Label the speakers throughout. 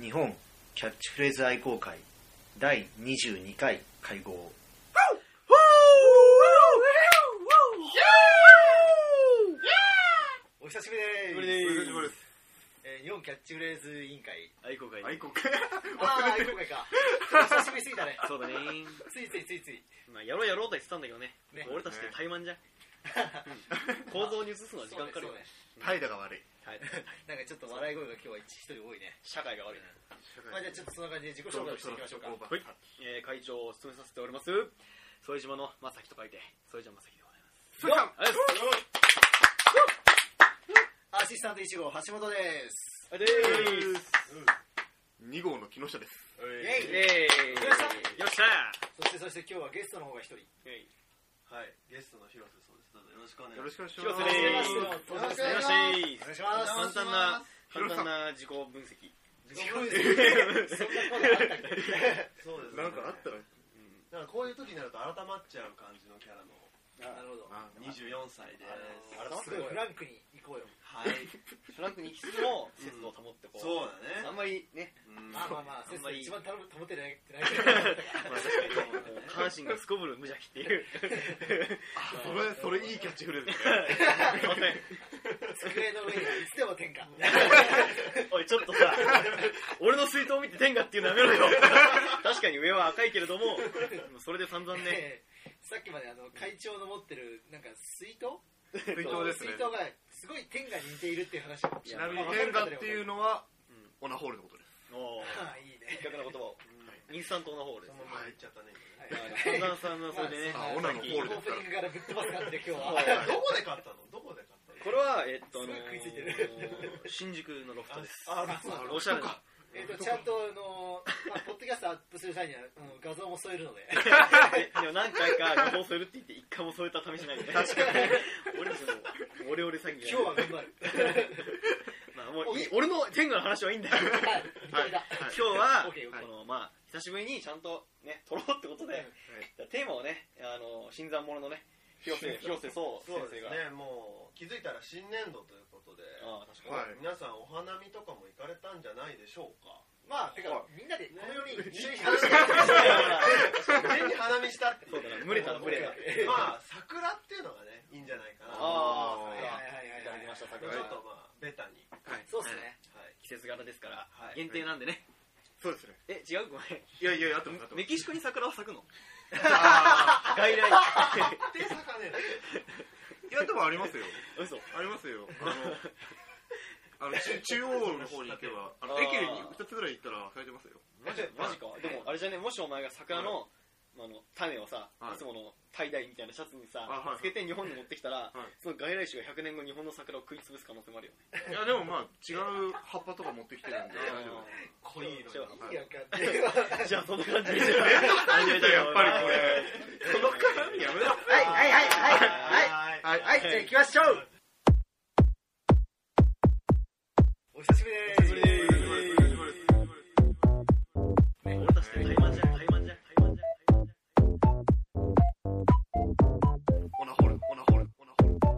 Speaker 1: 日本キャッチフレーズ愛好会第22回会合お久しぶ
Speaker 2: こ
Speaker 1: り
Speaker 2: れ
Speaker 1: で
Speaker 2: ですす
Speaker 1: えー日本キャッチフレーズ委員会
Speaker 3: 愛好会
Speaker 2: 愛国
Speaker 1: ああ
Speaker 2: 忘
Speaker 1: 愛
Speaker 2: れて
Speaker 1: 好
Speaker 2: る
Speaker 1: 会かちょっと久しぶりすぎたね
Speaker 3: そうだね、
Speaker 1: ついついついつい
Speaker 3: まあ、やろうやろうとは言ってたんだけどね
Speaker 1: ね
Speaker 3: 俺たちって怠慢じゃ ん、うん構造に移すのは時間かかるよね
Speaker 2: 態度が悪い
Speaker 3: はい
Speaker 1: なんかちょっと笑い声が今日は一人多いね
Speaker 3: 社会が悪いな、
Speaker 1: まあじゃあちょっとそんな感じで自己紹介をしていきましょうか
Speaker 3: はいえー会長を務めさせております副島の正樹と書いて副島正樹でございます
Speaker 2: それじゃ
Speaker 3: ありがとうございます
Speaker 1: アシスタント1号橋本です
Speaker 3: ありがとうございます
Speaker 2: 2号の木下です
Speaker 1: イェイ
Speaker 3: イェイ
Speaker 1: よっし
Speaker 3: よっしゃ
Speaker 1: そしてそして今日はゲストの方が一人
Speaker 4: はい、ゲストの広瀬そうです。どうぞよろしくお願い
Speaker 2: よろし
Speaker 4: し
Speaker 2: くお願いし
Speaker 3: 広瀬
Speaker 2: ます
Speaker 3: です
Speaker 1: よろしくお願いし
Speaker 3: よろ
Speaker 1: ます
Speaker 3: しい
Speaker 1: お願いします
Speaker 3: 簡単な簡
Speaker 2: 広瀬さ
Speaker 3: 単
Speaker 2: ん
Speaker 3: な自己分析
Speaker 1: そんなことあったっけ
Speaker 4: ます。そうです、ね。
Speaker 2: なんかあったら
Speaker 4: なんかこういう時になると改まっちゃう感じのキャラの
Speaker 1: なるほど
Speaker 2: あ
Speaker 4: 24歳です。
Speaker 1: すごいフランクに行こうよ
Speaker 4: はい。
Speaker 3: フランクに行きつつも節度を保ってこう、
Speaker 4: そう
Speaker 3: あ
Speaker 4: だ
Speaker 3: ん
Speaker 4: ね。
Speaker 3: まりね
Speaker 4: うん
Speaker 1: まあまあまあ
Speaker 3: あん
Speaker 1: 先
Speaker 3: ま
Speaker 1: 生
Speaker 3: り
Speaker 1: 一番頼む保てないってないけど
Speaker 3: 下半身がすこぶる無邪気っていう
Speaker 2: それそれいいキャッチフレーズだね
Speaker 3: すいません
Speaker 1: 机の上にはいつでも天下
Speaker 3: おいちょっとさ俺の水筒を見て天下っていうのやめろよ確かに上は赤いけれどもそれで散々ね
Speaker 1: ねさっきまであの会長の持ってるなんか水筒
Speaker 2: 水筒ですね
Speaker 1: 水筒がすごい天下に似ているっていう話を
Speaker 2: ちなみに天下っていううのは
Speaker 3: うん
Speaker 2: オナホールのことです
Speaker 3: おー
Speaker 1: ああいいね
Speaker 3: 的な言葉をインスタントのホールです
Speaker 4: そのまま言っちゃったね。
Speaker 3: 散々散々それでね
Speaker 1: まあ
Speaker 2: あオナのホ
Speaker 1: オ
Speaker 2: ー
Speaker 1: ー
Speaker 2: ルです
Speaker 1: プ
Speaker 2: か
Speaker 1: ニングからぶっ飛ばす感じで今日は
Speaker 3: はい
Speaker 4: どこで買ったのどこで買ったの
Speaker 3: これはえっとあの
Speaker 1: すごい食いついてる
Speaker 3: 新宿のロフトです
Speaker 4: あ、あ、
Speaker 2: ら
Speaker 3: おしゃれな
Speaker 1: えっとちゃんとあのまあポッドキャストアップする際にはあの画像も添えるので
Speaker 3: え でも何回か画像添えるって言って一回も添えた試しないみたいな確かに 俺たちのオレオレ詐欺
Speaker 1: 今日は
Speaker 3: ね
Speaker 1: 頑張る
Speaker 3: まあもういい俺の天下の話はいいんだよ
Speaker 1: はい認めた
Speaker 3: 今日は、
Speaker 1: オッケーオッケー
Speaker 3: このまあ久しぶりにちゃんとね撮ろうってことで、テーマをねあの新参者のね広瀬広瀬壮先
Speaker 4: そう
Speaker 3: 生
Speaker 4: です
Speaker 3: が、
Speaker 4: ね。もう気づいたら新年度ということで、
Speaker 3: ああ確かに、
Speaker 2: はい
Speaker 4: 皆さんお花見とかも行かれたんじゃないでしょうか。
Speaker 1: まあてか
Speaker 2: は
Speaker 1: みんなでこのように一緒に
Speaker 4: 一
Speaker 1: 話して
Speaker 4: 年に花見したってい
Speaker 3: そううだな群れた群れた
Speaker 4: まあ桜っていうのがねいいんじゃないかな
Speaker 3: あ
Speaker 1: はいはいはい
Speaker 3: いただきました
Speaker 4: ちょ
Speaker 3: 桜
Speaker 4: っとまあベタに
Speaker 2: はい
Speaker 1: そうですね
Speaker 4: はい
Speaker 3: 季節柄ですから、
Speaker 4: はい
Speaker 3: 限定なんでね、
Speaker 2: そうですね
Speaker 3: え違うごめん
Speaker 2: いやいやいやあってますあってま
Speaker 3: メ
Speaker 2: す
Speaker 3: キシコに桜は咲くの
Speaker 2: あ
Speaker 3: 外来
Speaker 4: 手咲かねえ
Speaker 2: ーいやでもありますよ
Speaker 3: 嘘
Speaker 2: ありますよあのあの中中央の方に行けばあの
Speaker 3: あー
Speaker 2: 駅に2つぐらい行ったら咲いてますよ
Speaker 3: マジマジかでもあれじゃねもしお前が桜の、まああの種をさ、い、
Speaker 2: はい
Speaker 3: つものタイダイみたいなシャツにさ、
Speaker 2: あはい
Speaker 3: つけて日本に持ってきたら、
Speaker 2: い
Speaker 3: その外来種が100年後日本の桜を食い潰す可能性もあるよね
Speaker 2: いやでもまあ違う葉っぱとか持ってきてるんで大
Speaker 4: 濃い
Speaker 2: 丈夫です
Speaker 3: 違う
Speaker 4: 色
Speaker 1: いいや
Speaker 4: に
Speaker 1: んかっ
Speaker 3: じ
Speaker 1: て
Speaker 3: ゃあその感じで。めんどく
Speaker 2: さいんだよやっぱりこれ
Speaker 3: この絡みやめろ。
Speaker 1: はいはいはいはい
Speaker 4: はい
Speaker 2: はい
Speaker 1: はい、じゃあ行きましょうお久しぶ
Speaker 3: お久しぶりで
Speaker 1: りで
Speaker 3: す俺たちって怠慢じゃん、怠慢じゃん、怠慢じゃん。
Speaker 2: オナホールオナホールオナホ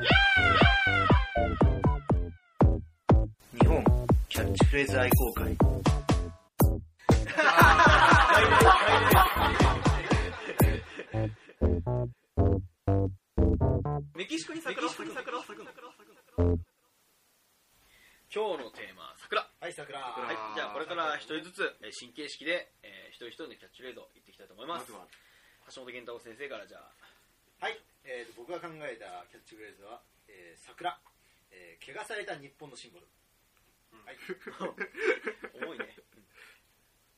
Speaker 2: ール
Speaker 1: す日本キャッチフレーズ愛好会
Speaker 3: メキシコに桜を咲くの桜を咲くの今日のテーマは桜。は
Speaker 1: はい桜
Speaker 2: 桜
Speaker 3: い、じゃあこれから一人ずつ、えー神経式で、えー一人一人のキャッチフレーズを言っていきたいと思いま
Speaker 2: ますず。は
Speaker 3: 橋本健太郎先生からじゃあ。
Speaker 1: はい、えーと僕が考えたキャッチフレーズは「えー桜、えー汚された日本のシンボル」はい、
Speaker 3: 重いね。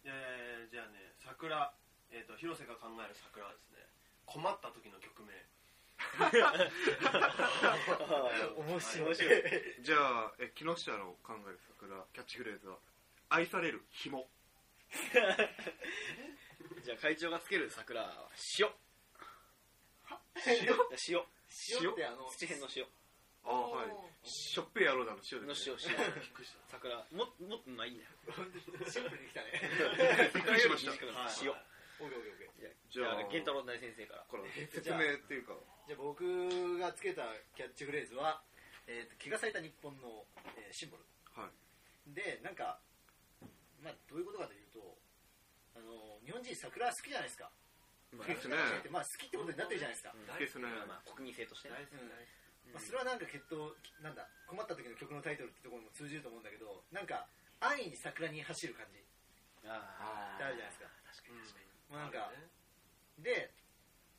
Speaker 4: えーじゃあね桜えっと広瀬が考える桜はですね困った時の曲名
Speaker 1: 面白い
Speaker 3: 面白い。
Speaker 2: じゃあえ木下の考える桜キャッチフレーズは愛される紐
Speaker 3: じゃあ会長がつける桜は塩。
Speaker 1: 塩
Speaker 3: 塩。
Speaker 1: 塩ってあの
Speaker 3: 土辺の塩。
Speaker 2: ああはいしょっぺい野郎だの塩
Speaker 3: の
Speaker 2: ですね
Speaker 3: 塩、塩。
Speaker 4: びっくりした
Speaker 3: 桜ももっとまあいいね
Speaker 1: シンプルにきたね
Speaker 2: びっくりしました
Speaker 3: 短くな
Speaker 4: はい
Speaker 3: る塩
Speaker 1: オ
Speaker 3: じゃあ
Speaker 1: ッケーオッケーオッケー
Speaker 2: じゃあ
Speaker 3: 源太郎大先生から
Speaker 2: これ説明っていうか
Speaker 1: じゃあ僕がつけたキャッチフレーズは「えーと汚された日本の、えーシンボル
Speaker 2: はい」
Speaker 1: でなんかまあどういうことかというとあの日本人桜好きじゃないですか、
Speaker 2: まあ
Speaker 1: 好
Speaker 2: で
Speaker 1: き
Speaker 2: す
Speaker 1: じ
Speaker 2: ね
Speaker 1: ゃなくてまあ、好きってことになってるじゃないですか、
Speaker 2: 好きですね
Speaker 3: まあまあ、国民性としてね。
Speaker 4: 大好き大好き
Speaker 1: まあ、それはなんか決闘なんだ困った時の曲のタイトルってところにも通じると思うんだけどなんか安易に桜に走る感じ
Speaker 3: あ
Speaker 1: ってあるじゃないですか
Speaker 3: 確かに確かに。
Speaker 4: う
Speaker 1: まあなんか
Speaker 4: あるね
Speaker 1: で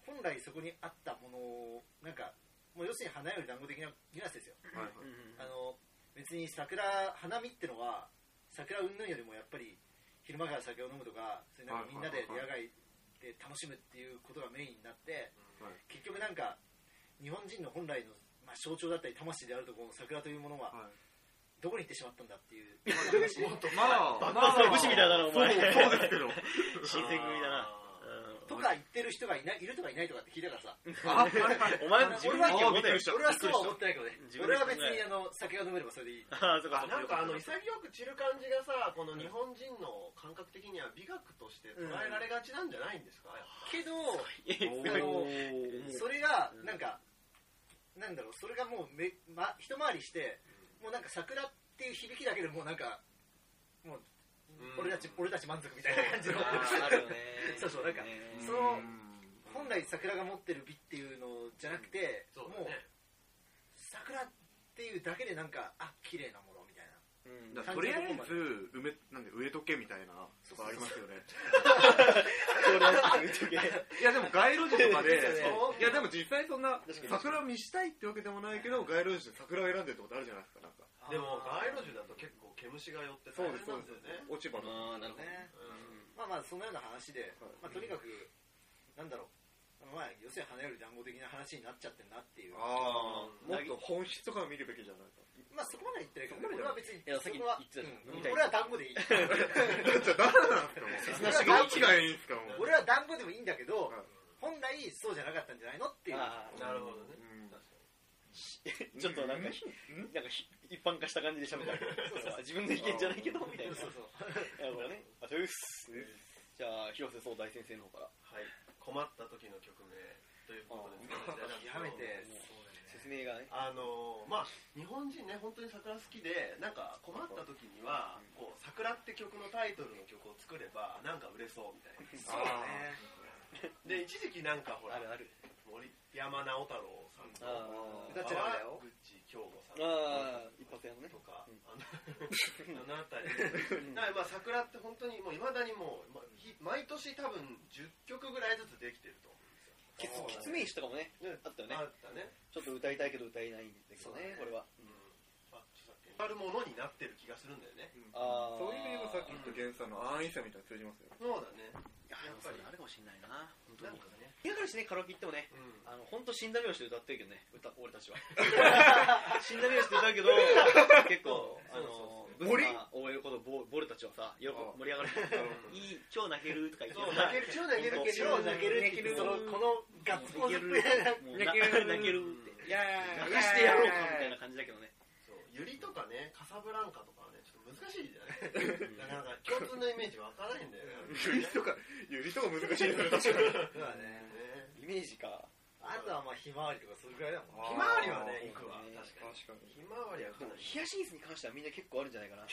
Speaker 1: 本来そこにあったものをなんかもう要するに花より団子的なニュアンスですよ、
Speaker 2: はいはい
Speaker 1: あの別に桜花見ってのは桜云々よりもやっぱり昼間から酒を飲むとかそれなんかみんなで野外で楽しむっていうことがメインになって
Speaker 4: うん
Speaker 2: はい
Speaker 1: 結局なんか日本人の本来の、まあ、象徴だったり魂であるところの桜というものは
Speaker 2: はい
Speaker 1: どこに行ってしまったんだっていう
Speaker 2: もっと まあ
Speaker 3: バカそう武士みたいだなお前
Speaker 2: そうそうですけど
Speaker 3: 新選組だな。
Speaker 4: あ
Speaker 1: とか言ってる人がいないいるとかいないとかって聞いたからさ
Speaker 2: あ はいはい
Speaker 3: お前自分
Speaker 1: 俺
Speaker 3: の
Speaker 1: は
Speaker 3: 意見を持てよ。
Speaker 1: 俺はそうは思ってないけどね
Speaker 3: 自分で
Speaker 1: 俺
Speaker 3: 考
Speaker 1: は
Speaker 3: え
Speaker 1: 別にあの酒が飲めればそれでいい
Speaker 3: ああ、そうか
Speaker 4: ー。なんかあの
Speaker 3: そう
Speaker 4: 潔く散る感じがさこの日本人の感覚的には美学として捉えられがちなんじゃないんですか、やっぱ
Speaker 1: けど
Speaker 3: いやすごい
Speaker 1: あの
Speaker 2: お
Speaker 1: それがなんか、なんだろうそれがもうめ、ま、一回りしてもうなんか桜っていう響きだけでもうなんかもう
Speaker 4: うん
Speaker 1: 俺たち、俺たち満足みたいな感じの
Speaker 5: あるよね
Speaker 1: そうそうなんか
Speaker 5: ね
Speaker 1: その
Speaker 2: うん
Speaker 1: 本来桜が持ってる美っていうのじゃなくて、
Speaker 4: そう
Speaker 1: もう
Speaker 4: だね
Speaker 1: 桜っていうだけでなんかあ綺麗なものみたいな
Speaker 5: うん
Speaker 2: だからとりあえず埋めなんで植えとけみたいなとこありますよねいやでも街路樹とかで
Speaker 1: そう
Speaker 2: いやでも実際そんな桜を見したいってわけでもないけど街路樹で桜を選んでるってことあるじゃないですかなんか
Speaker 4: でも街路樹だと結構毛虫が寄って大変なんですよね
Speaker 2: 落ち葉の
Speaker 5: ああなるほどね
Speaker 1: ね
Speaker 4: うん
Speaker 1: まあまあそのような話で、まあ、とにかくなんだろうまあ要するに花より団子的な話になっちゃってんなっていう
Speaker 2: ああもっと本質とかを見るべきじゃないか
Speaker 1: まあそこまでは言ってないけど、
Speaker 2: そこま
Speaker 1: 俺
Speaker 2: で
Speaker 1: は別
Speaker 5: い
Speaker 1: に、
Speaker 5: やさっき
Speaker 1: そこは
Speaker 5: 言ってたじゃんみ
Speaker 1: うん
Speaker 5: たいな
Speaker 1: 俺は団子でいい。
Speaker 2: じゃあ誰なんですかもう
Speaker 1: 切な
Speaker 2: どっちがいいんですかもう
Speaker 1: 俺は団子でもいいんだけど
Speaker 2: はい、
Speaker 1: 本来そうじゃなかったんじゃないのっていう。
Speaker 5: あー
Speaker 4: なるほどね
Speaker 2: うん
Speaker 4: 確かに
Speaker 3: ちょっとなんかひ、なんかひ一般化した感じで喋った。自分の意見じゃないけど、みたいな。
Speaker 1: そうそう。
Speaker 3: なるほどね。あ、そうです。じゃあ、広瀬総大先生の方から
Speaker 4: はい困った時の曲名ということですね
Speaker 1: やめて、
Speaker 3: 説明がね。
Speaker 4: あのーまあ日本人ね本当に桜好きでなんか困った時にはこう桜って曲のタイトルの曲を作ればなんか売れそうみた いな
Speaker 1: そうだね。
Speaker 4: で一時期なんかほら
Speaker 3: あるある。
Speaker 4: 森山直太朗さんとか
Speaker 3: あ
Speaker 1: 歌っちゃダメだよ
Speaker 4: グッチ京吾さん
Speaker 3: あー、一発屋のね
Speaker 4: と。か
Speaker 3: うん
Speaker 4: あのあの 辺りだからまあ桜って本当にもういまだにもうまひ毎年多分10曲ぐらいずつできてると思うんですよ
Speaker 3: きつ、きつめいしとかもね、
Speaker 4: ね
Speaker 3: あったよね
Speaker 4: あ。ったね
Speaker 3: ちょっと歌いたいけど歌えないんだけどね、これは。
Speaker 4: うんあ著作権あるものになってる気がするんだよね
Speaker 3: あー
Speaker 2: そういう意味でもさっき言った原産の安易さみたいなの通じますよ
Speaker 4: そうだね
Speaker 3: や
Speaker 4: やっぱり
Speaker 3: あるかもしれないな。本当
Speaker 4: な
Speaker 3: に
Speaker 4: ん。かね
Speaker 3: 嫌がるしね、カラオケ行ってもね。
Speaker 4: うん
Speaker 3: あの、本当死んだ目をして歌ってるけどね、歌、俺た ちは。死んだ目をして歌うけど、 結構、あの、ブ
Speaker 2: 森
Speaker 3: スな応援ことボ、ボルたちはさ、よく盛り上がる。いい、今日泣けるとか言って
Speaker 4: そう、
Speaker 3: さ
Speaker 4: 泣ける、超泣けるけ
Speaker 1: け
Speaker 4: ど、
Speaker 1: ど、泣けるって言って、その、このガッツポーズって。
Speaker 3: もう泣ける、泣けるって。
Speaker 2: いや
Speaker 3: 泣かしてやろうかみたいな感じだけどね。
Speaker 4: そう、ゆりとかね、カサブランカとかはね、ちょっと難しいじゃ ないなかなか共通のイメージわからないんだよね。
Speaker 2: ゆりとかゆりとか難しいですよ確かに
Speaker 1: そうだね。
Speaker 4: ね
Speaker 3: イメージか。
Speaker 1: あとはまあ、ひまわりとかそれぐらいだもん。
Speaker 4: ひまわりはね、行くわ。
Speaker 3: うん
Speaker 4: 確かに。
Speaker 2: 確かに
Speaker 4: ひまわりはか
Speaker 3: でも
Speaker 4: な、り。
Speaker 3: ヒヤシンスに関してはみんな結構あるんじゃないかな。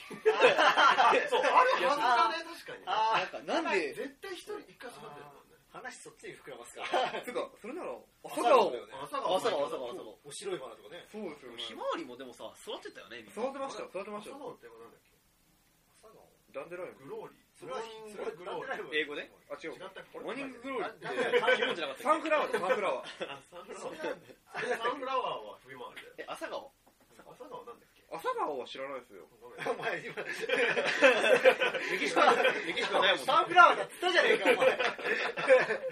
Speaker 4: そう、あるはずだね、確かに。
Speaker 1: あ
Speaker 3: なんか、なんで、
Speaker 4: 絶対一人、一回育ってるもんね。
Speaker 1: 話そっちに膨らますから。
Speaker 2: つうかそれなら朝
Speaker 4: 朝
Speaker 2: 顔
Speaker 4: が
Speaker 3: 朝顔、朝顔、朝顔。
Speaker 1: お白い花とかね。
Speaker 2: そうですよね
Speaker 3: ひまわりもでもさ、育てたよね、みんな
Speaker 2: 育てましたよ育てました
Speaker 4: 朝
Speaker 2: よ
Speaker 4: 顔ってなんだっけ
Speaker 2: ダンデライオン
Speaker 4: グローリー。
Speaker 1: それは、それは
Speaker 4: グローリー。
Speaker 3: 英語ね。
Speaker 2: あ違
Speaker 4: 違
Speaker 2: う
Speaker 4: ったっけ
Speaker 3: モーニンググローリーって
Speaker 4: あ
Speaker 3: 日本じゃなかった
Speaker 2: サ
Speaker 3: っ
Speaker 2: ンフラワーだサンフラワー
Speaker 4: あサンフラワー。サンフラワーは冬回りだよ。
Speaker 3: け。え、朝顔
Speaker 4: 朝顔なんだっけ
Speaker 2: 朝顔は知らないですよ
Speaker 4: ごめん。
Speaker 1: お前今、
Speaker 3: メキシコないメキシコないもんね。
Speaker 1: サンフラワーだって言ったじ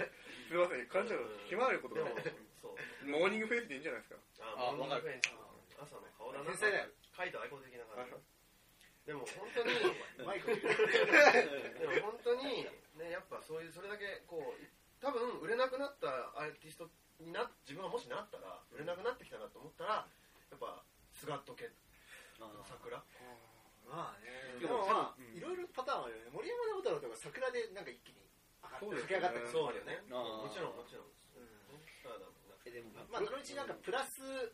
Speaker 1: ゃねえ か、お前。
Speaker 2: すいません感じたひまわりのこと
Speaker 4: で
Speaker 2: が
Speaker 4: も、そう。
Speaker 2: モーニングフェイスでいいんじゃないですか
Speaker 4: あ、
Speaker 3: わかる
Speaker 4: 朝の顔だな。
Speaker 1: 天才だよ。
Speaker 4: カイトアイコン的な感じ
Speaker 2: は。
Speaker 4: でも本当に、で
Speaker 1: マイク。
Speaker 4: も本当に、ね、やっぱそういう、それだけ、こう、多分売れなくなったアーティストにな、自分がもしなったら、売れなくなってきたなと思ったら、やっぱ、スガット系、桜。
Speaker 1: まあね、
Speaker 3: で
Speaker 1: で
Speaker 3: も
Speaker 1: もまあ、
Speaker 3: うん
Speaker 1: いろいろパターンあるよね。森山直太朗とか桜でなんか一気に上がって、駆
Speaker 2: そうですね
Speaker 1: け上がったりする
Speaker 4: そう
Speaker 1: わけ
Speaker 4: だ
Speaker 1: よ
Speaker 4: よね
Speaker 1: ね。。
Speaker 4: もちろん、もちろん。
Speaker 1: うん
Speaker 4: スターだ もんな。
Speaker 3: え、でも、
Speaker 1: まあ、そのうちなんかプラス、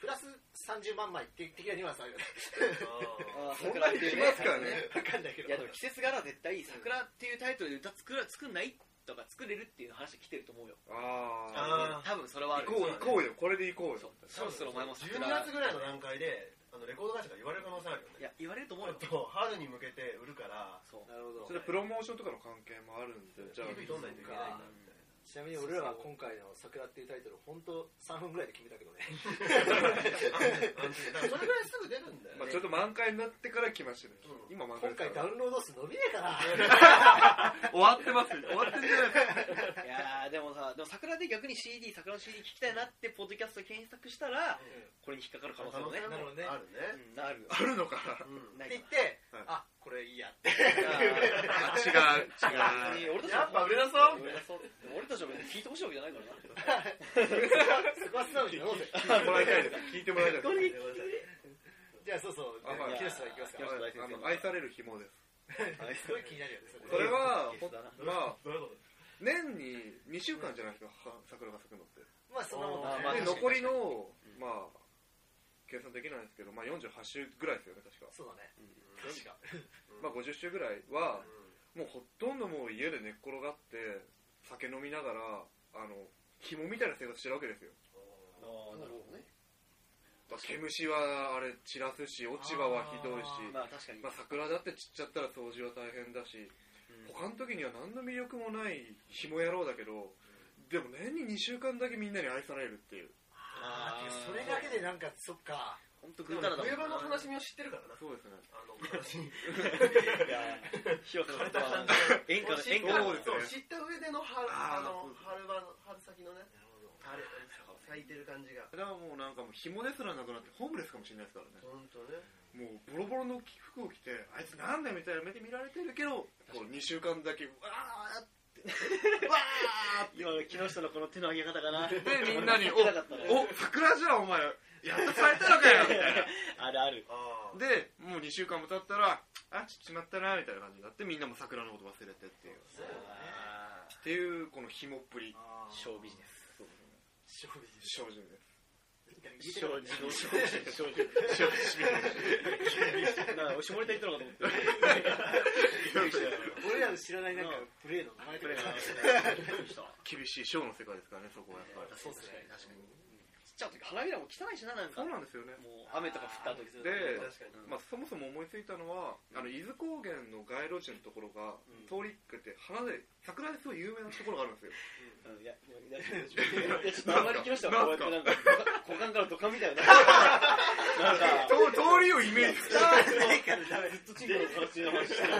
Speaker 1: プラス30万枚って的なニュアンスあるよね。
Speaker 4: あ
Speaker 3: あー
Speaker 2: そんなに来ますかね
Speaker 1: 分かんないけど
Speaker 3: いやでも季節柄は絶対桜っていうタイトルで歌作ら作んないとか作れるっていう話来てると思うよ
Speaker 2: あ
Speaker 4: あ
Speaker 3: 多分それはあ
Speaker 2: あ
Speaker 3: る
Speaker 2: 行こう行こうよこれで行こう
Speaker 3: そう
Speaker 2: よ
Speaker 3: そろそろお前も
Speaker 4: 12月ぐらいの段階であのレコード会社が言われる可能性あるよ
Speaker 3: い
Speaker 4: ね
Speaker 3: や言われると思う
Speaker 4: も
Speaker 3: よ
Speaker 4: っと春に向けて売るから
Speaker 3: そう
Speaker 1: なるほど
Speaker 2: それプロモーションとかの関係もあるんでじゃあ
Speaker 4: PV 撮んないといけないんだみたいな
Speaker 1: ちなみに俺らは今回の「桜」っていうタイトル本当3分ぐらいで決めたけどね
Speaker 4: だからそれぐらいすぐ出るんだよ
Speaker 2: まあ
Speaker 4: ね
Speaker 2: ちょっと満開になってから来ましたね
Speaker 4: うん
Speaker 2: 今満
Speaker 1: 今回
Speaker 2: 開ですか
Speaker 1: ダ
Speaker 2: ら
Speaker 1: ウンロード数伸びねえかな
Speaker 2: 終わってます終わってんじゃ
Speaker 3: いやー
Speaker 2: ないですか
Speaker 3: でもさでも桜で逆に CD 桜の CD 聞きたいなってポッドキャストで検索したらこれに引っかかる可能性もね
Speaker 4: 可能性もある
Speaker 3: う
Speaker 4: ね
Speaker 3: んなるよ
Speaker 2: あるのかな
Speaker 4: うん
Speaker 3: な
Speaker 1: っ
Speaker 3: い
Speaker 1: て
Speaker 3: か
Speaker 1: 言って、
Speaker 2: はい
Speaker 1: あこれいいやって
Speaker 2: 違
Speaker 3: な
Speaker 2: う
Speaker 3: い
Speaker 2: 違
Speaker 3: や
Speaker 2: う
Speaker 3: 俺たちも
Speaker 4: やっぱ売れなそう
Speaker 3: 売れなそうでも俺たちも別に聞いてほしいわけじゃないからな
Speaker 1: そこは素直に飲んで
Speaker 2: 聞いてもらいたいで
Speaker 1: じゃ
Speaker 2: す聞いてもらいたいです
Speaker 1: あそうそう
Speaker 2: あはい
Speaker 1: キロシさんいきますか
Speaker 3: いや
Speaker 2: あの愛される紐です
Speaker 1: すごい気になるよねそ
Speaker 2: これはほん
Speaker 3: だな
Speaker 2: まあ
Speaker 4: どういうこと
Speaker 2: 年に2週間じゃないですかは桜が咲くのって
Speaker 1: まあそんなもん
Speaker 3: あーまあ
Speaker 1: ね
Speaker 2: で
Speaker 3: 確かに
Speaker 2: 残りのまあ計算できないんですけどまあ48週ぐらいですよね確か
Speaker 1: そうだね
Speaker 4: うん
Speaker 1: 確か
Speaker 2: まあ50週ぐらいはもうほとんどもう家で寝っ転がって酒飲みながらあの紐みたいな生活してるわけですよ
Speaker 3: あーなるほどね
Speaker 2: まあ毛虫はあれ散らすし落ち葉はひどいし
Speaker 3: ま
Speaker 1: あー
Speaker 3: あ確かに
Speaker 2: まあ、桜だって散っちゃったら掃除は大変だし、
Speaker 3: うん
Speaker 2: 他の時には何の魅力もない紐野郎だけど、でも年に2週間だけみんなに愛されるっていう
Speaker 3: あー
Speaker 1: あーそれだけでなんかそっか
Speaker 3: 本当ぐ
Speaker 4: 冬
Speaker 3: うたらだもんな
Speaker 4: 場の話も知ってるからな
Speaker 2: そうですね
Speaker 4: あの話
Speaker 3: いや火をかれた感じ演歌の
Speaker 4: 知
Speaker 3: 演
Speaker 4: っ
Speaker 3: 歌
Speaker 4: た
Speaker 3: の
Speaker 2: そうですね
Speaker 4: 知った上での春あ
Speaker 2: あー
Speaker 4: の
Speaker 2: そう
Speaker 4: 春場の春先のね春咲いてる感じが
Speaker 2: それはもうなんかもう紐ですらなくなってホームレスかもしれないですからね
Speaker 4: 本当ね
Speaker 2: もうボロボロの服を着てあいつなんだよみたいな目で見られてるけどこう2週間だけわーってわーって
Speaker 3: 今の木下のこの手の上げ方かなで
Speaker 2: でみんなに「お
Speaker 3: なかったね
Speaker 2: お桜じゃんお前やっと咲いたの かよ」みたいな
Speaker 3: あるある
Speaker 4: ああ
Speaker 2: でもう2週間も経ったらあちっちまったなみたいな感じになってみんなも桜のこと忘れてっていう
Speaker 4: そうだね
Speaker 3: あ
Speaker 2: っていうこの紐っぷり
Speaker 1: あ
Speaker 3: ー
Speaker 1: ー
Speaker 3: ショービジネス
Speaker 1: ショービジ
Speaker 2: 少女です
Speaker 1: ネス言えてなかった
Speaker 3: ビジネスなんか下ネタ言ったのかと思って
Speaker 1: 俺らの知らないなんかプレーの名前と
Speaker 3: プ
Speaker 1: か
Speaker 3: レーが
Speaker 2: 厳しいショーの世界ですからねそこはやっぱり
Speaker 1: そうですね
Speaker 3: 確かにちっちゃい時花びらも汚いしななんか
Speaker 2: そう
Speaker 3: もう
Speaker 2: なんですよね
Speaker 3: 雨とか降った時
Speaker 1: で
Speaker 2: で
Speaker 4: 確かに
Speaker 2: まあ、そもそも思いついたのは、あの伊豆高原の街路樹のところが、
Speaker 3: うん
Speaker 2: 通りってて花で桜ですごい有名なところがあるんですよ
Speaker 3: うんいやいやいやいやちょっとあんまり木下はこうやってなんか股間から土管みたいななんか
Speaker 2: と 通りをイメージして
Speaker 3: ずっとチンコの形の話してる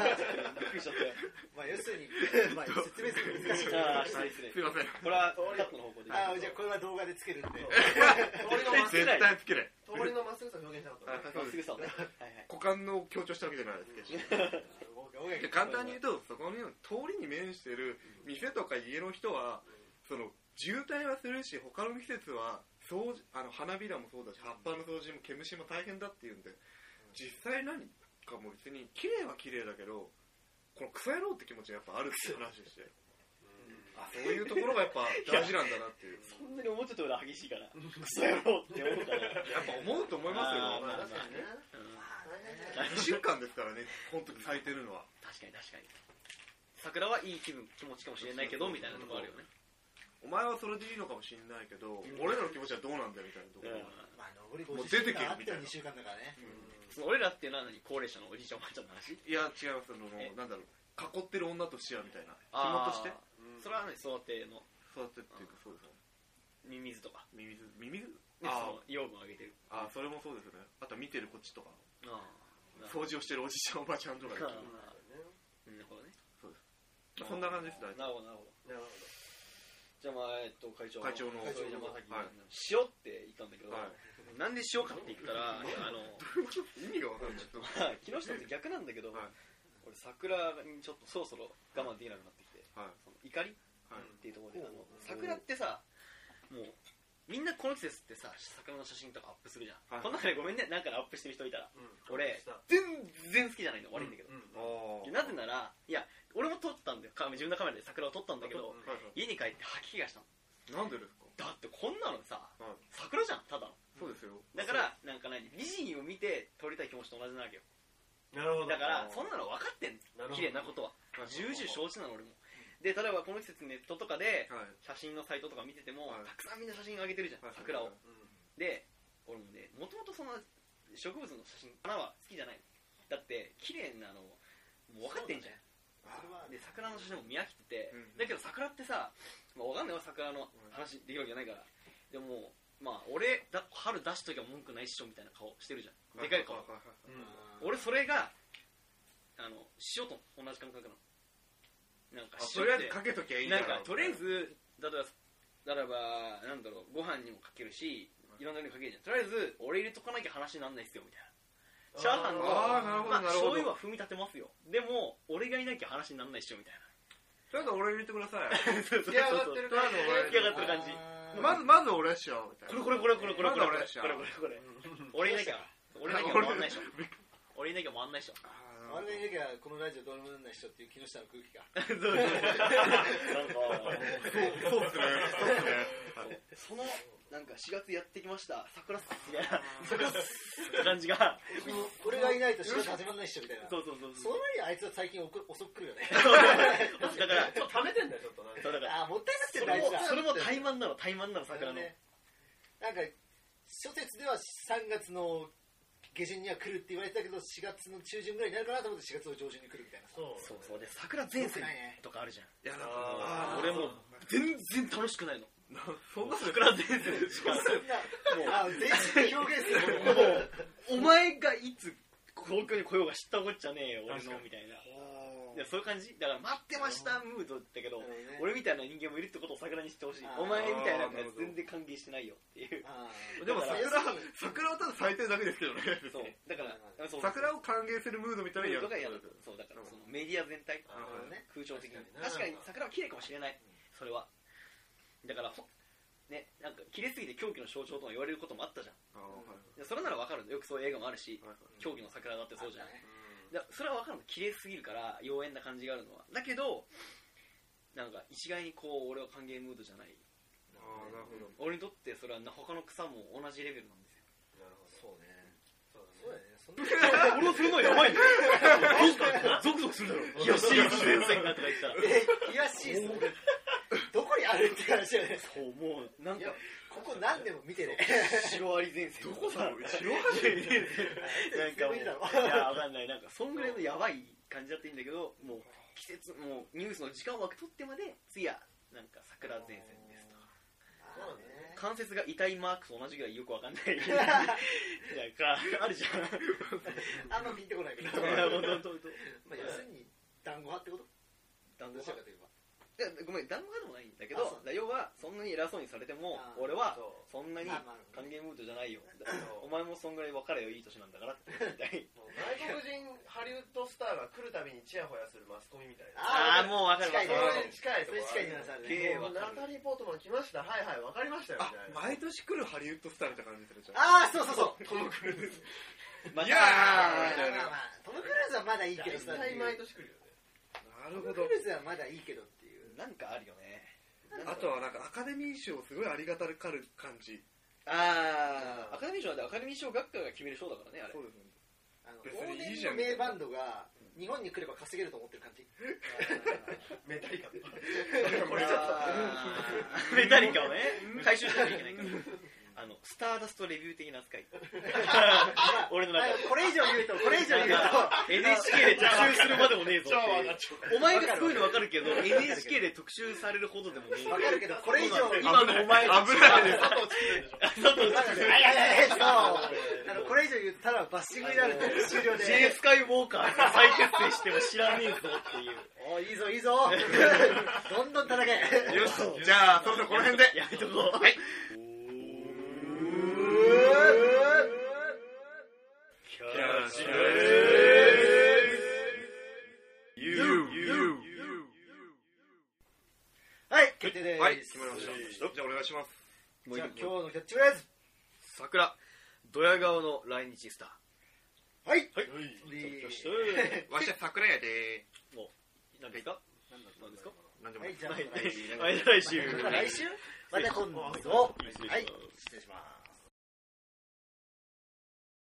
Speaker 3: びっくりしちゃったよ
Speaker 1: まあ要するにまあ説明するの難しいけど
Speaker 3: ああ失礼失礼
Speaker 2: すいません
Speaker 3: これはカットの方向で
Speaker 1: あーじゃあこれは動画でつけるんで
Speaker 4: 通りのまっす
Speaker 2: 絶対つけない
Speaker 4: ぐ通りのまっすぐさを表現したかった
Speaker 2: あ
Speaker 3: まっすぐさをねはいはい
Speaker 2: 股間の強調したわけじゃないですけどで簡単に言うとそこの通りに面してる店とか家の人はその渋滞はするし他の季節は掃除あの花びらもそうだし葉っぱの掃除も毛虫も大変だっていうんで実際何かもう別に綺麗は綺麗だけどこの草野郎って気持ちがやっぱあるっていう話をしてあそういうところがやっぱ大事なんだなっていう
Speaker 3: そんなに思ってたより激しいからクソ野郎って思うから
Speaker 2: やっぱ思うと思います
Speaker 3: あー
Speaker 2: よ
Speaker 3: まあ
Speaker 4: 確かにね
Speaker 3: まあ
Speaker 2: 2週間ですからね本当に咲いてるのは
Speaker 3: 確かに確かに桜はいい気分気持ちかもしれないけどみたいなとこあるよね
Speaker 2: お前はそれでいいのかもしれないけど俺らの気持ちはどうなんだよみたいなところが
Speaker 1: まあ上り
Speaker 2: もう出てけみたい
Speaker 1: あったら
Speaker 2: な
Speaker 1: 2週間だからね
Speaker 3: うん俺らっていうのは何高齢者のおじいちゃんおばあちゃんの話
Speaker 2: いや違いますあの
Speaker 3: え
Speaker 2: なんだろう囲ってる女としてはみたいな
Speaker 3: あ
Speaker 2: 紐として
Speaker 3: それは何育ての
Speaker 2: 育てっていうかそうですね
Speaker 3: ミミズとか
Speaker 2: ミミズミミズ
Speaker 3: ねその養分をあげてる
Speaker 2: ああそれもそうですねあとは見てるこっちとか
Speaker 3: ああ
Speaker 2: 掃除をしてるおじちゃんおばちゃんとかで
Speaker 3: なる
Speaker 4: な
Speaker 3: ほどね
Speaker 2: そんな感じです大体
Speaker 3: なるほどなるほど
Speaker 4: るほ
Speaker 3: じゃあまあえっと会長
Speaker 2: 会長の
Speaker 3: 会長の山崎
Speaker 2: はい
Speaker 3: 塩って言ったんだけど
Speaker 2: は
Speaker 3: なんで塩かって言ったらあの
Speaker 2: い意味がわかんないちょっと
Speaker 3: まあ木下って逆なんだけど、
Speaker 2: はい
Speaker 3: 俺桜にちょっとそろそろ我慢できなくなってきて
Speaker 2: はい
Speaker 3: その怒りっ
Speaker 2: はい
Speaker 3: ていうところで、
Speaker 1: うん
Speaker 3: あの桜ってさもうみんなこの季節ってさ桜の写真とかアップするじゃん、
Speaker 2: はい
Speaker 3: この中でごめんねなんかでアップしてる人いたら
Speaker 4: ど
Speaker 3: 俺全然好きじゃないの悪いんだけど、
Speaker 2: あ
Speaker 3: で
Speaker 2: ー
Speaker 3: なぜならいや俺も撮ったんだよカメ自分のカメラで桜を撮ったんだけど、
Speaker 4: うん
Speaker 2: は
Speaker 3: 家
Speaker 2: い
Speaker 3: に帰って吐き気がしたの
Speaker 2: はいなんでですか
Speaker 3: だってこんなのさ、
Speaker 2: はい
Speaker 3: 桜じゃんただの
Speaker 2: そうですよ
Speaker 3: だからなんか何美人を見て撮りたい気持ちと同じなわけよ
Speaker 4: なるほど
Speaker 3: だから
Speaker 2: あー
Speaker 3: そんなの分かってん
Speaker 4: なるほど
Speaker 3: 綺麗なことは重々承知なの俺もで例えばこの季節ネットとかで
Speaker 2: はい
Speaker 3: 写真のサイトとか見てても、
Speaker 2: はい
Speaker 3: たくさんみんな写真上げてるじゃん、
Speaker 2: はい
Speaker 3: 桜を、
Speaker 4: うん
Speaker 3: で俺もねもともとその植物の写真花は好きじゃないだって綺麗なのもう分かってんじゃん、
Speaker 1: それは
Speaker 3: で桜の写真も見飽きてて、
Speaker 2: うん
Speaker 3: だけど桜ってさ、まあ、わかんないわ桜の話できるわけないからでもまあ俺だ春出しときは文句ないっしょみたいな顔してるじゃんでかい顔
Speaker 2: ははは
Speaker 4: うん
Speaker 2: い
Speaker 3: 俺それがあの塩と同じ感覚なのなんか
Speaker 2: あと
Speaker 3: 塩
Speaker 2: り
Speaker 3: っ
Speaker 2: あ
Speaker 3: て
Speaker 2: えずかけときゃいい
Speaker 3: なんかとりあえ
Speaker 2: ず
Speaker 3: ずだらだらばなんだろうご飯にもかけるしいろんなのにかけるじゃんとりあえず俺入れとかなきゃ話になんないっすよみたいなチャーハンの
Speaker 2: あ
Speaker 3: まあ
Speaker 2: ーなるほどなる
Speaker 3: 醤
Speaker 2: ほど
Speaker 3: 油は踏み立てますよでも俺がいなきゃ話になんないっしょみたい
Speaker 2: とりあえず俺入れてください
Speaker 3: なそうそ
Speaker 4: 出
Speaker 3: う
Speaker 4: 来上が
Speaker 3: そう出来上がって
Speaker 4: ってる
Speaker 2: そうそう
Speaker 3: る感じ
Speaker 1: あー
Speaker 2: まずまず俺っしょみたい
Speaker 3: こ
Speaker 2: な
Speaker 3: れこれこれこれこれこれこれこれ
Speaker 2: まだ俺
Speaker 3: これ俺い
Speaker 2: っしょ
Speaker 3: なきゃ俺いなきゃ回んないっしょ俺いなきゃ回んないっしょ
Speaker 1: あんなにいなきゃこのラジオどうにもなんない人っていう木下の空気が
Speaker 3: そうそうなんか
Speaker 2: そうですねそうですね
Speaker 3: そのなんか4月やってきました桜っすみたいな桜っすって感じが
Speaker 1: 俺がいないと仕事始まんない人みたいな
Speaker 3: そうそうそう
Speaker 1: その前にあいつは最近遅く遅く来るよね
Speaker 3: だから
Speaker 4: ちょっと溜めてんだよちょっとなんか
Speaker 3: そうだから
Speaker 1: あーもったい
Speaker 3: そ
Speaker 1: な
Speaker 3: れ
Speaker 1: く
Speaker 3: も
Speaker 1: て大事だ
Speaker 3: それも怠慢なの怠慢なの
Speaker 1: だか
Speaker 3: 桜の、
Speaker 1: ね、なんか諸説では3月の下旬には来るって言われてたけど4月の中旬ぐらいになるかなと思って4月の上旬に来るみたいな
Speaker 4: そう
Speaker 3: そうそうで桜前線とかあるじゃん
Speaker 2: いやだから
Speaker 4: あー
Speaker 3: 俺もう全然楽しくないの
Speaker 2: なそんな
Speaker 3: 桜前線しか
Speaker 1: そんなあー全身で
Speaker 3: もうお
Speaker 1: 表現する
Speaker 3: 前がいつ東京に来ようが知ったこっちゃねえよ俺
Speaker 4: 確か
Speaker 3: のみ
Speaker 4: に
Speaker 3: たいな
Speaker 2: お
Speaker 3: いやそういう感じだから待ってましたムードだけど
Speaker 1: なるほど
Speaker 3: 俺
Speaker 1: ね
Speaker 3: みたいな人間もいるってことを桜にしてほしい
Speaker 1: あー
Speaker 3: お前みたいなやつ全然歓迎してないよっていう
Speaker 1: あ
Speaker 2: ーでも
Speaker 1: だ
Speaker 2: 桜
Speaker 1: から
Speaker 2: 桜はただ咲いてるだけですけどね
Speaker 3: そうだから
Speaker 1: う
Speaker 3: そう
Speaker 2: 桜を歓迎するムードみたいな
Speaker 3: ムード
Speaker 2: の
Speaker 3: が嫌だ
Speaker 2: だけど
Speaker 3: そうだからそのメディア全体
Speaker 4: なるほどね
Speaker 3: 空調的に確
Speaker 4: 確
Speaker 3: かに桜は
Speaker 4: かに
Speaker 3: 綺麗かもしれないそれはだからほねなんか綺麗すぎて狂気の象徴とも言われることもあったじゃん
Speaker 2: あーはい
Speaker 3: いやそれならわかるよくそういう映画もあるし
Speaker 2: はい
Speaker 3: 狂気の桜だってそうじゃん
Speaker 1: あったね
Speaker 3: だからそれは分かるの綺麗すぎるから妖艶な感じがあるのはだけどなんか一概にこう俺は歓迎ムードじゃない
Speaker 2: あーなるほど
Speaker 3: 俺にとってそれはな他の草も同じレベルなんですよ
Speaker 4: なるほど
Speaker 1: そうね
Speaker 4: そうだね
Speaker 1: そうだねそん
Speaker 3: 俺
Speaker 1: な
Speaker 3: はそれのやば いねゾクゾクするだろよしい前線がとか言ったら
Speaker 1: え東しいですどこにあるって話だよね
Speaker 3: そうもうなん
Speaker 1: い
Speaker 3: か
Speaker 1: やここ何でも見てね
Speaker 3: シロアリ前線どこだろうシロアリ前線なんかもうい
Speaker 1: いいだろ
Speaker 3: やわかんないなんかそんぐらいのやばい感じだっていいんだけどもう季節もうニュースの時間枠取ってまで次はなんか桜前線ですとか
Speaker 1: そうだね
Speaker 3: 関節が痛いマークと同じぐらいよくわかんない なんかあるじゃん
Speaker 1: あんまピンとこないけど
Speaker 3: いやもうどんどんどん
Speaker 1: まあ要するに団子派ってこと
Speaker 3: 団子
Speaker 1: どちら
Speaker 3: 派
Speaker 1: かといえば
Speaker 3: いやごめん団子派でもないんだけ
Speaker 1: あそう
Speaker 3: どだ要はそんなに偉そうにされても
Speaker 1: あー
Speaker 3: 俺はそ
Speaker 4: そ
Speaker 3: んなに
Speaker 1: まあまあ
Speaker 3: 歓迎ムードじゃないよ
Speaker 4: そう
Speaker 3: お前もそんぐらい別れよいい年なんだから って言いたい
Speaker 4: もう外国人ハリウッドスターが来るたびにチヤホヤするマスコミみたいな
Speaker 3: あーもうわかるわか
Speaker 1: 近い
Speaker 3: るわ
Speaker 1: ね
Speaker 3: か
Speaker 4: それに近い
Speaker 1: そ
Speaker 4: と
Speaker 1: れ
Speaker 4: こ
Speaker 1: 近いニュアンスあるね
Speaker 3: ええ
Speaker 4: もう
Speaker 3: わかる
Speaker 4: ナタリー・ポートマン来ましたはいはいわかりましたよみ
Speaker 2: あ
Speaker 4: たいな
Speaker 2: 毎年来るハリウッドスターみたいな感じするじゃん
Speaker 1: ああそうそうそう
Speaker 4: トム・クルーズ
Speaker 3: また
Speaker 2: いや
Speaker 1: まあ
Speaker 2: ー
Speaker 1: まあまあトム・クルーズはまだいいけどさ
Speaker 4: 大体毎年来るよね
Speaker 2: な
Speaker 1: ト
Speaker 2: る
Speaker 1: ム・
Speaker 2: ほ
Speaker 1: ク
Speaker 2: ど
Speaker 1: ルーズはまだいいけどっていう
Speaker 3: なんかあるよね
Speaker 2: あとはなんかアカデミー賞すごいありがたるかる感じ
Speaker 3: ああアカデミー賞なんでアカデミー賞学科が決める賞だからねあれ
Speaker 2: そうですね
Speaker 1: あの
Speaker 2: 別
Speaker 1: 往
Speaker 2: にいい
Speaker 1: 年
Speaker 2: じゃ
Speaker 1: の
Speaker 2: ん
Speaker 1: 名バンドが日本に来れば稼げると思ってる感じ
Speaker 4: メタリ カとか
Speaker 3: これちょっとメタリカをね回収しなきゃいけないからあのスターダストレビュー的な扱い俺の中で
Speaker 1: あこれ以上言うとこれ以上
Speaker 3: なん
Speaker 1: 言うと
Speaker 3: か NHK で特集するまでもねえぞっていうお前がすごいの分かるけど NHK で特集されるほどでもねえぞ
Speaker 1: わかるけどこれ以上言うと
Speaker 3: 今のお前
Speaker 2: 危ないです
Speaker 1: なんかねあいやいやいやそうあのこれ以上言うとただバッシングになるんで終了
Speaker 3: J
Speaker 1: で
Speaker 3: スカイウォーカーって再結成しても知らねえぞっていう
Speaker 1: おーいいぞいいぞどんどん叩け
Speaker 2: よしじゃあそろそろこの辺で
Speaker 3: やめとこうはい
Speaker 2: キャッシュレス You, you, you.
Speaker 1: はい決定です
Speaker 2: はい、決まりました。じゃあお願いします。
Speaker 1: じゃあ今日のキャッチフレーズ
Speaker 3: 桜ドヤ顔の来日スター
Speaker 1: はい
Speaker 3: はい
Speaker 1: い
Speaker 2: わしは桜屋で
Speaker 3: 何ですか
Speaker 1: なんだった
Speaker 3: 何で
Speaker 1: んですす
Speaker 3: か
Speaker 1: か
Speaker 2: なんでも
Speaker 1: は
Speaker 2: ないい。
Speaker 1: じゃあ
Speaker 3: はい
Speaker 1: 来週
Speaker 3: はい来週
Speaker 1: 来週また今度はい
Speaker 3: 失礼します
Speaker 1: 失礼します